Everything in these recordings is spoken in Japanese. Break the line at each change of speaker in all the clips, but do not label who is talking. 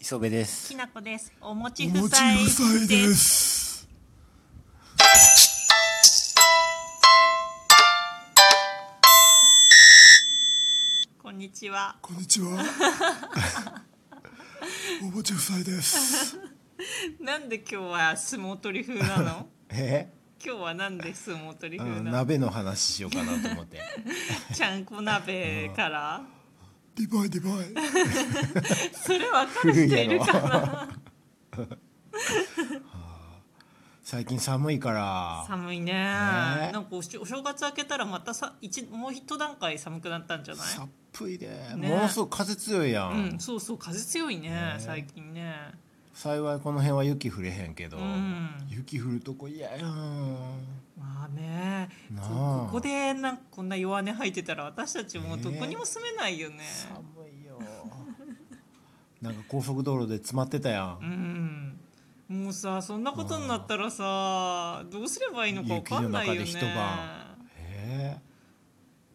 磯部です
きなこです。お餅
お
夫
餅
妻
夫妻
で。
ですす。
こんにちは。
こんにちは。 お餅夫妻です。
なんで今日は相撲取り風な の？
え、
今日はなんで相撲取り
う
風
ん、
なの？
鍋の話しようかなと思って
ちゃんこ鍋から。
ディバイディバイ。
それわかる人いるか な？
最近寒いから
寒いね。
ね
なんかおしお正月明けたらまたさ一もう一段階寒くなったんじゃない？
寒いで、
ね
ものすごく風強いやん、
うん、そうそう風強いね最近ね。
幸いこの辺は雪降れへんけど、
うん
雪降るとこ嫌やん
まあね
なあ
そうここでなんかこんな弱音吐いてたら私たちもうどこにも住めないよね。
寒いよなんか高速道路で詰まってたやん、
うんもうさそんなことになったらさどうすればいいのか分かんないよね
雪の中で一晩え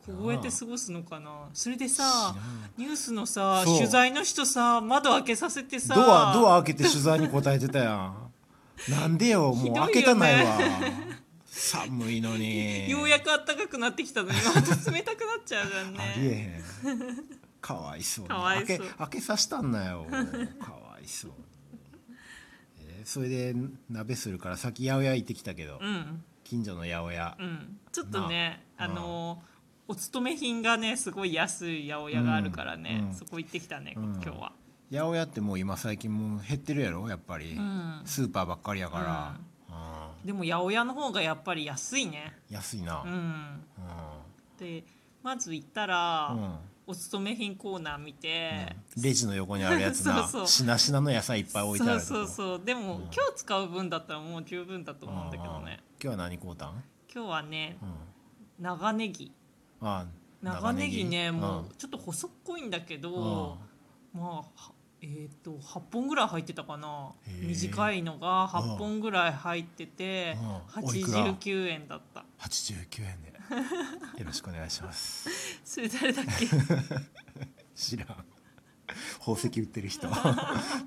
凍えて過ごすのかなそれで
知
さ
らん
ニュースのさ
そう
取材の人さ窓開けさせてさ
ドアドア開けて取材に答えてたやんなんでよも
ひどいうよね
開けたない わ寒いのに
ようやく暖かくなってきたのにまた冷たくなっちゃうじゃ ん
あり
ね
えへんかわいそうに
かわいそう
開け開けさせたんなよかわいそうに、えーそれで鍋するからさっき八百屋行ってきたけど、
うん
近所の八百屋、
うんちょっとね
ま
あ
あ
のお勤め品がねすごい安い八百屋があるからね、
うんうん
そこ行ってきたね、
うん
今日は
八百屋ってもう今最近もう減ってるやろやっぱり、
うん
スーパーばっかりやから、
でも八百屋の方がやっぱり安いね
うん安いな、
う
うん
んでまず行ったら、
うん
お勤め品コーナー見て、
レジの横にあるやつな
そうそう
しなしなの野菜いっぱい置いてあ
そう
るとこ
そうそうでも、今日使う分だったらもう十分だと
うんう
思うん
ん
だけど
今
ね
日は何買うたん、
今日はね
うん、
長ネギ
あ
長ネギ
長
ね
ネギ
もうちょっと細っこいんだけ
うん
ど、まあはえっ、と8本ぐらい入ってたかな
へー
短いのが8本ぐらい入ってて、
うんおいくら
89円だった
89円 でよろしくお願いします
それ誰だっ け
知らん宝石売ってる 人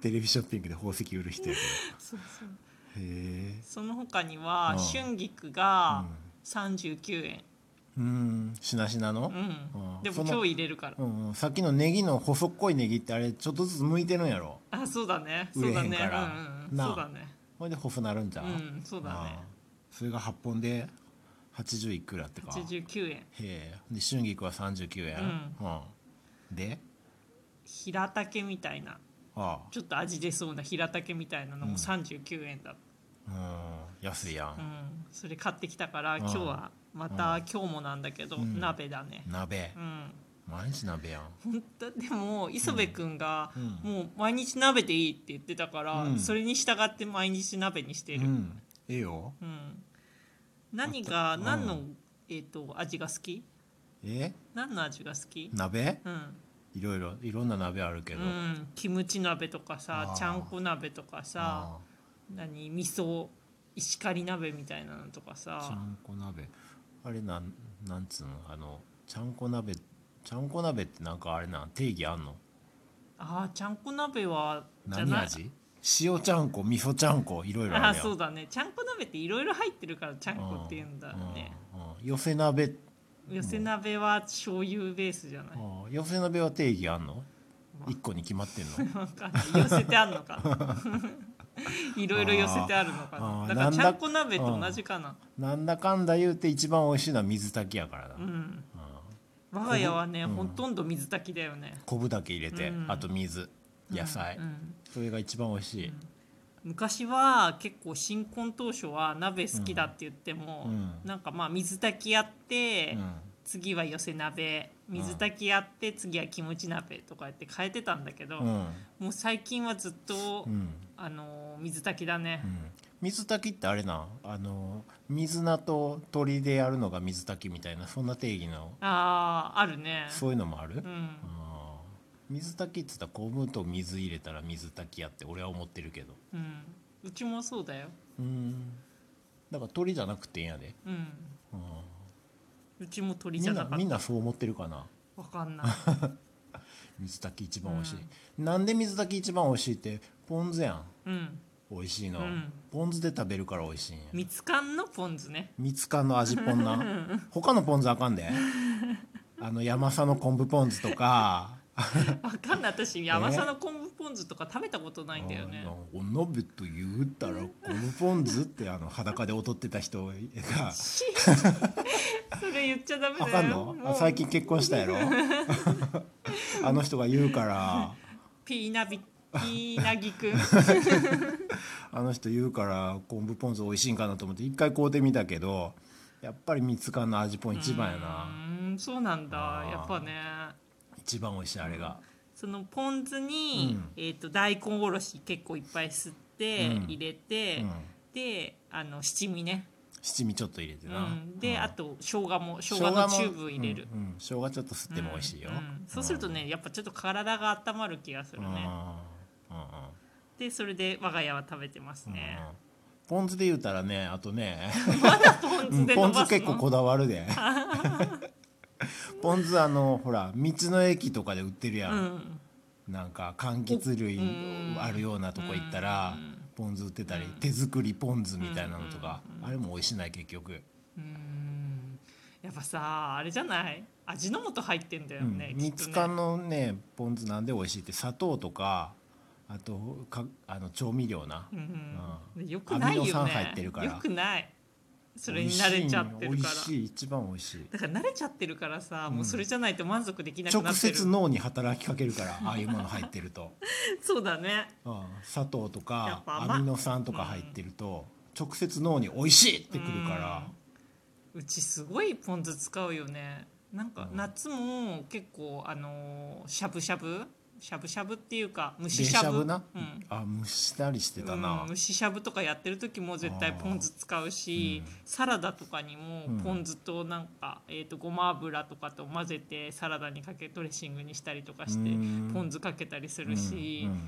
テレビショッピングで宝石売る人やけ
そうそう
どへえ
その他には、
うん
春菊が39円
うんしなしなの
うん
うん
でも
その
今日入れるから
うん、うん、さっきのネギの細っこいネギってあれちょっとずつ剥いてるんやろ
あそうだねそ
売れ
う
へん
だね
から
うんうん
なあ
そうだね
ほいで細なるんじゃ
うんそうだね
ああそれが8本で80いくらってかへ
89円
えで春菊は39円、うんで
平竹みたいな
あ
ちょっと味出そうな平竹みたいなのも39円だっ
あうん安いや、
た、うんん、それ買ってきたから
ん
今日はまた今日もなんだけど
ん
鍋だね
鍋
うん
毎日鍋やん
本当でも磯部君が
うん
もう毎日鍋でいいって言ってたから
うん
それに従って毎日鍋にして
う
る、
んええよ
うん、何が
うん
何の、えっと味が好き
え
何の味が好き
鍋
うん
いろいろいろんな鍋あるけ
う
ど、
ん、キムチ鍋とかさ
あー
ちゃんこ鍋とかさ
あ
何味噌石狩鍋みたいなのとか
あちゃ
さ
んこ鍋あれなんなんつうのあのちゃんこ鍋ちゃんこ鍋ってなんかあれなん定義あんの
あーちゃんこ鍋はじゃ
何
ない
味塩ちゃんこ味噌ちゃんこいろいろ
あ
あ
あ
るやん
そうだねちゃんこ鍋っていろいろ入ってるからちゃんこって言うんだね
うんうん寄せ鍋
寄せ鍋は醤油ベースじゃない
ああ寄せ鍋は定義あんの
まあ
一個に決まってん の
わかんない寄せてあんのか ないろいろ寄せてあるのか
あー
な
あー
だから
なん
ち
だ
ゃんこ鍋と同じかな
なんだかんだ言うて一番美味しいのは水炊きやからな、
うん我が家はね、
うん
ほとんど水炊きだよね
昆布だけ入れて、
うん
あと水野菜、
うん
それが一番美味しい、
昔は結構新婚当初は鍋好きだって言っても、
うん
なんかまあ水炊きやって、
うん
次は寄せ鍋水炊きやって次はキムチ鍋とかやって変えてたんだけど、
うん
もう最近はずっと、
うん
あのー水炊きだね
う、ん水炊きってあれなんあの水菜と鶏でやるのが水炊きみたいなそんな定義の
あああるね
そういうのもある、
う
あ
ん
あ水炊きっつったら昆布と水入れたら水炊きやって俺は思ってるけど
うん、うちもそうだよ、
うんだから鶏じゃなくていいんやで、
うん、
うん
うちも鳥
み
じゃ
ん
な
な
か
み
っ
んなそう思ってるかな
たわかんない
水炊き一番美味しい、なんで水炊き一番美味しいってポン酢やん
うん
美味しいの、
ん
ポン酢で食べるから美味しいんや
みつかんのポン酢ね
みつかんの味ポン な他のポン酢あかんであの山佐の昆布ポン酢とか
わかんない私山佐の昆布ポン酢とか食べたことないんだよね
あのお鍋と言うたらこのポン酢ってあの裸で踊ってた人が
それ言っちゃダメ
あ
だ
かん
よ
の
も
あ
う
最近結婚したやろ あの人が言うから
ピーナ ビピーナギくん
あの人言うから昆布ポン酢美味しいんかなと思って一回買うてみたけどやっぱり三つ缶の味ポン一番や
う
な
ーんそうなんだ
あー
やっぱね
一番美味しいあれが
そのポン酢に、えー、と大根おろし結構いっぱい吸って
うん
入れて、
うん
であの七味ね、
七味ちょっと入れて
う、
なん
で、
うん
あと生姜も生姜のチューブ入れる
生姜もうんうん生姜ちょっと吸っても美味しいよ
うんそうするとねやっぱちょっと体が温まる気がする
うんうん
ね
うんうん
でそれで我が家は食べてますね
うんポン酢で言うたらねあとね
ポン
う
酢
ん
で
ポ
伸
ン
ば
酢
す
結構
の
こだわる でポン酢あのほら道の駅とかで売ってるや、
うんん
なんか柑橘類
うん
あるようなとこ行ったら
うん
ポン酢売ってたり手作りポン酢みたいなのとかあれも美味しいない結局、
うんやっぱさあれじゃない味の素入ってんだよ
うん
ね、きっ
三
と
つ
ね
缶のねポン酢なんで美味しいって砂糖とかあとかあの調味料な、
うん
う
よくないよ
アミ
ね
ノ酸入ってるから
よくないそれに慣れちゃってる
美
か
味しい一番美味しい
らだから慣れちゃってるからさ、もうそれじゃないと満足できなくなってる
直接脳に働きかけるからああいうもの入ってると、
そうだね
うん、砂糖と
や
か
っぱ甘
アミノ酸とか入ってると、直接脳に「美味しい!」ってくるから、
うちすごいポン酢使うよねなんか
うん
夏も結構あのーしゃぶしゃぶしゃぶしゃぶっていうか蒸
で
し
し
しゃぶ
ゃぶな、
うん
あ蒸したりしてたな、
うん、蒸ししゃぶとかやってる時も絶対ポン酢使うし、
あーうん
サラダとかにも
うん
ポン酢となんか、えー、とごま油とかと混ぜてサラダにかけドレッシングにしたりとかして
うん
ポン酢かけたりする
う
し
ん、うん
うん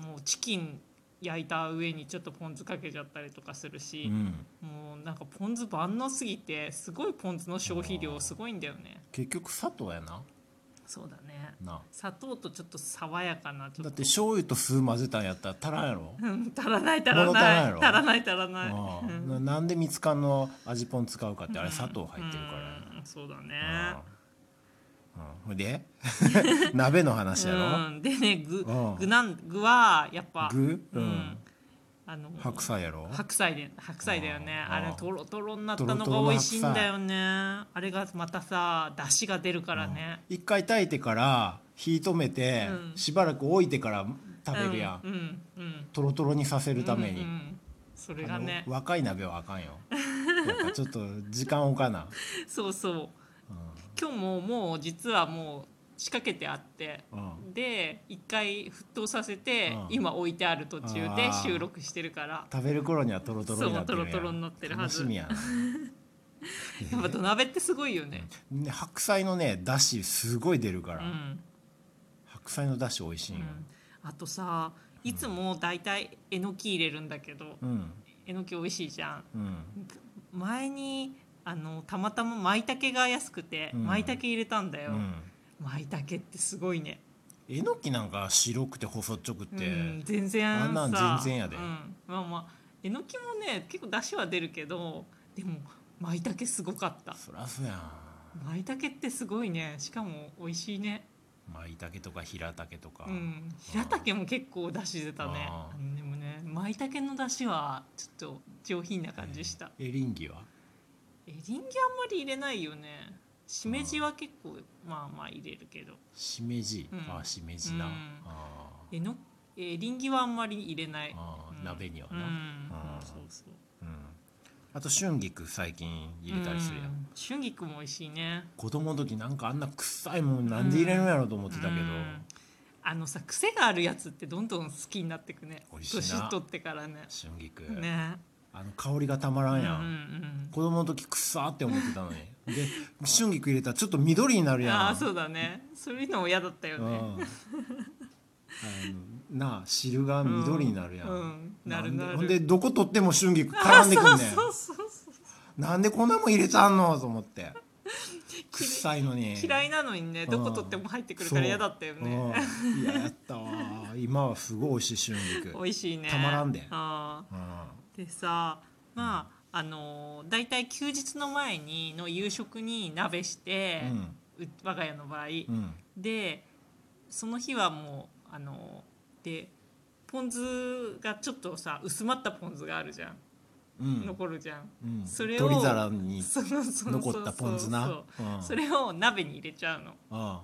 もうチキン焼いた上にちょっとポン酢かけちゃったりとかするし、
うん
もうなんかポン酢万能すぎてすごいポン酢の消費量すごいんだよね
結局砂糖やな
そうだね
な
砂糖とちょっと爽やかなちょ
だ
っと
って醤油と酢混ぜたんやったら足らんやろ、
うん足らない足ら
物足ら
なんい
やろ
足らない足らない
あ
うん
ななんでみつかんの味ポン使うかってあれ砂糖入ってるからや、
うんそうだ
う
ね
んうんほいで 鍋の話やろ、
うん、でね具
うん
具なん具はやっぱ
具
う
うんん、
あの
白菜やろ
白菜で白菜だよね
うん
あれとろとろになった
トロ
の
トロの
が美味しいんだよねあれがまたさ出汁が出るからね、
一回炊いてから火止めて、
うん
しばらく置いてから
う
食べるやん、
うんうん
トロトロにさせるために、
うんうんそれ
あ
が
の
ね
若い鍋はあかんよやっぱちょっと時間置かな、
そうそう
う
今日ももう実はもう仕掛けてあって
んうん
で一回沸騰させて、
うん
今置いてある途中で
あー
収録してるから
食べる頃にはトロトロになってるやん
そうトロトロになってるはず
楽しみやな
やっぱ土鍋ってすごいよね。
ね白菜のねだしすごい出るか
う
ら、
ん、
白菜のだし美味しい
うん
よ、
ん、あとさいつもだいたいえのき入れるんだけど
うん
えのき美味しいじゃん。
うん
前にあのたまたま舞茸が安くて
うん
舞茸入れたんだよ
う。ん
舞茸ってすごいね。
えのきなんか白くて細っちょくて、
うん、全然さ
あんなん全然やで
うん、まあまあえのきもね結構出汁は出るけどでも舞茸すごかった。
そらそやん
舞茸ってすごいねしかも美味しいね。
舞茸とか平茸とか、
うん、平竹も結構出汁出たね
あ
でもね舞茸の出汁はちょっと上品な感じした、
エリンギは
エリンギあんまり入れないよねしめじは結構まあまあ入れるけど
しめじ、
うん
あしめじな、
うん
あ
えのエリンギはあんまり入れない
ーあー、
うん
鍋には
う
な、
ん、
う
うんん
あー
そうそう
あと春菊最近入れたりするやん、
うん春菊も美味しいね
子供の時なんかあんな臭いもんなんで入れるんやろと思ってたけど、
うんあのさ癖があるやつってどんどん好きになってくね
美味しいな
年取ってからね
春菊、
ね
あの香りがたまらんやん、
うんうん
子供の時臭って思ってたのに で春菊入れたらちょっと緑になる
うん、
やん
ああそうだねそういうのも嫌だったよ
うん
ね、
あのなあ汁が緑になるやん、
うんうんなる
んで
なる
ほんでどこ取っても春菊絡んでくんねん
そうそうそうそう
なんでこんなもん入れたんのと思って臭いのに
嫌いなのにねどこ取っても入ってくるから嫌だったよね
そううん嫌やったわ今はすごい美味しい春 菊
美味しいね
たまらんで
あー
う
でさまああのー、大体休日の前にの夕食に鍋して、
ん
う我が家の場合、
うんうん
でその日はもうあのでポン酢がちょっとさ薄まったポン酢があるじゃん、
うん
残るじゃん
うん
それを
取り皿に
そうそうそう
残ったポン酢な
そうそう
うん
それを鍋に入れちゃうの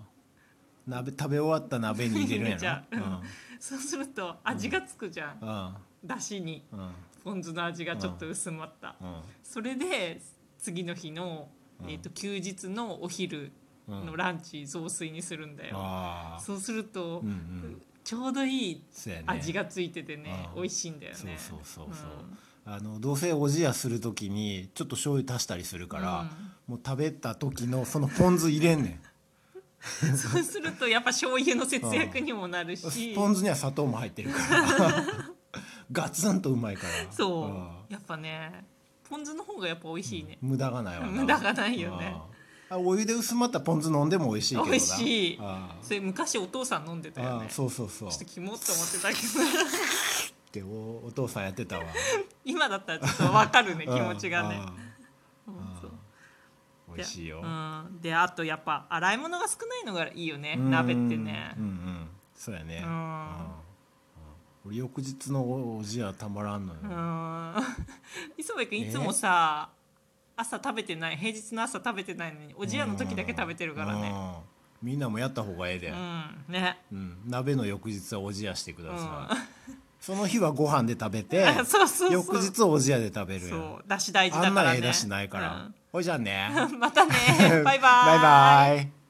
うん鍋食べ終わった鍋に入れるん や
じゃあ
な
そうすると味がつくじゃん、
うん
だしに
うんうん
ポン酢の味がちょっと薄まった、それで次の日の、
うん
えー、と休日のお昼
うんうん
のランチ雑炊にするんだよ、
ああ
そうすると、
うんうん
ちょうどいい
そうやね
味がついててね
うん
美味しいんだよね
そうそうそうそう
うん
あのどうせおじやする時にちょっと醤油足したりするから、もう食べた時のそのポン酢入れんね ん
そうするとやっぱ醤油の節約にもなるし、
ポン酢には砂糖も入ってるから ガツンとうまいから
そ
ん
う、やっぱねポン酢の方がやっぱ美味しいね、
無駄がないわな
無駄がないよね
ああお湯で薄まったポン酢飲んでも美味しいけどな
美味しい
あ
それ昔お父さん飲んでた
あ
よ
あ
ね
あ
ちょ
そうそうそうっ
っとキモって思ってたけど
ておお父さんやってたわ
今だったらちょっと分かるね気持ちがね
あ
うん
あ
そう
美味しいよ、
でうん、であとやっぱ洗い物が少ないのがいいよね
うん
鍋ってね
うんうんそうやね
うん
うんうん俺翌日のおじやたまらんのよ、
うん磯部君いつもさ朝食べてない平日の朝食べてないのにおじやの時だけ食べてるからね
うんみんなもやった方がええで、うん
うんね
鍋の翌日はおじやしてくだ
う
さい、
ん
その日はご飯で食べて
あ そうそうそう
翌日おじやで食べるやん
そうだし大事だ
あん
か
な
ら
ええ
ね
だしないから、ほいじゃあね
うんまたねバイバーイ
バイバイ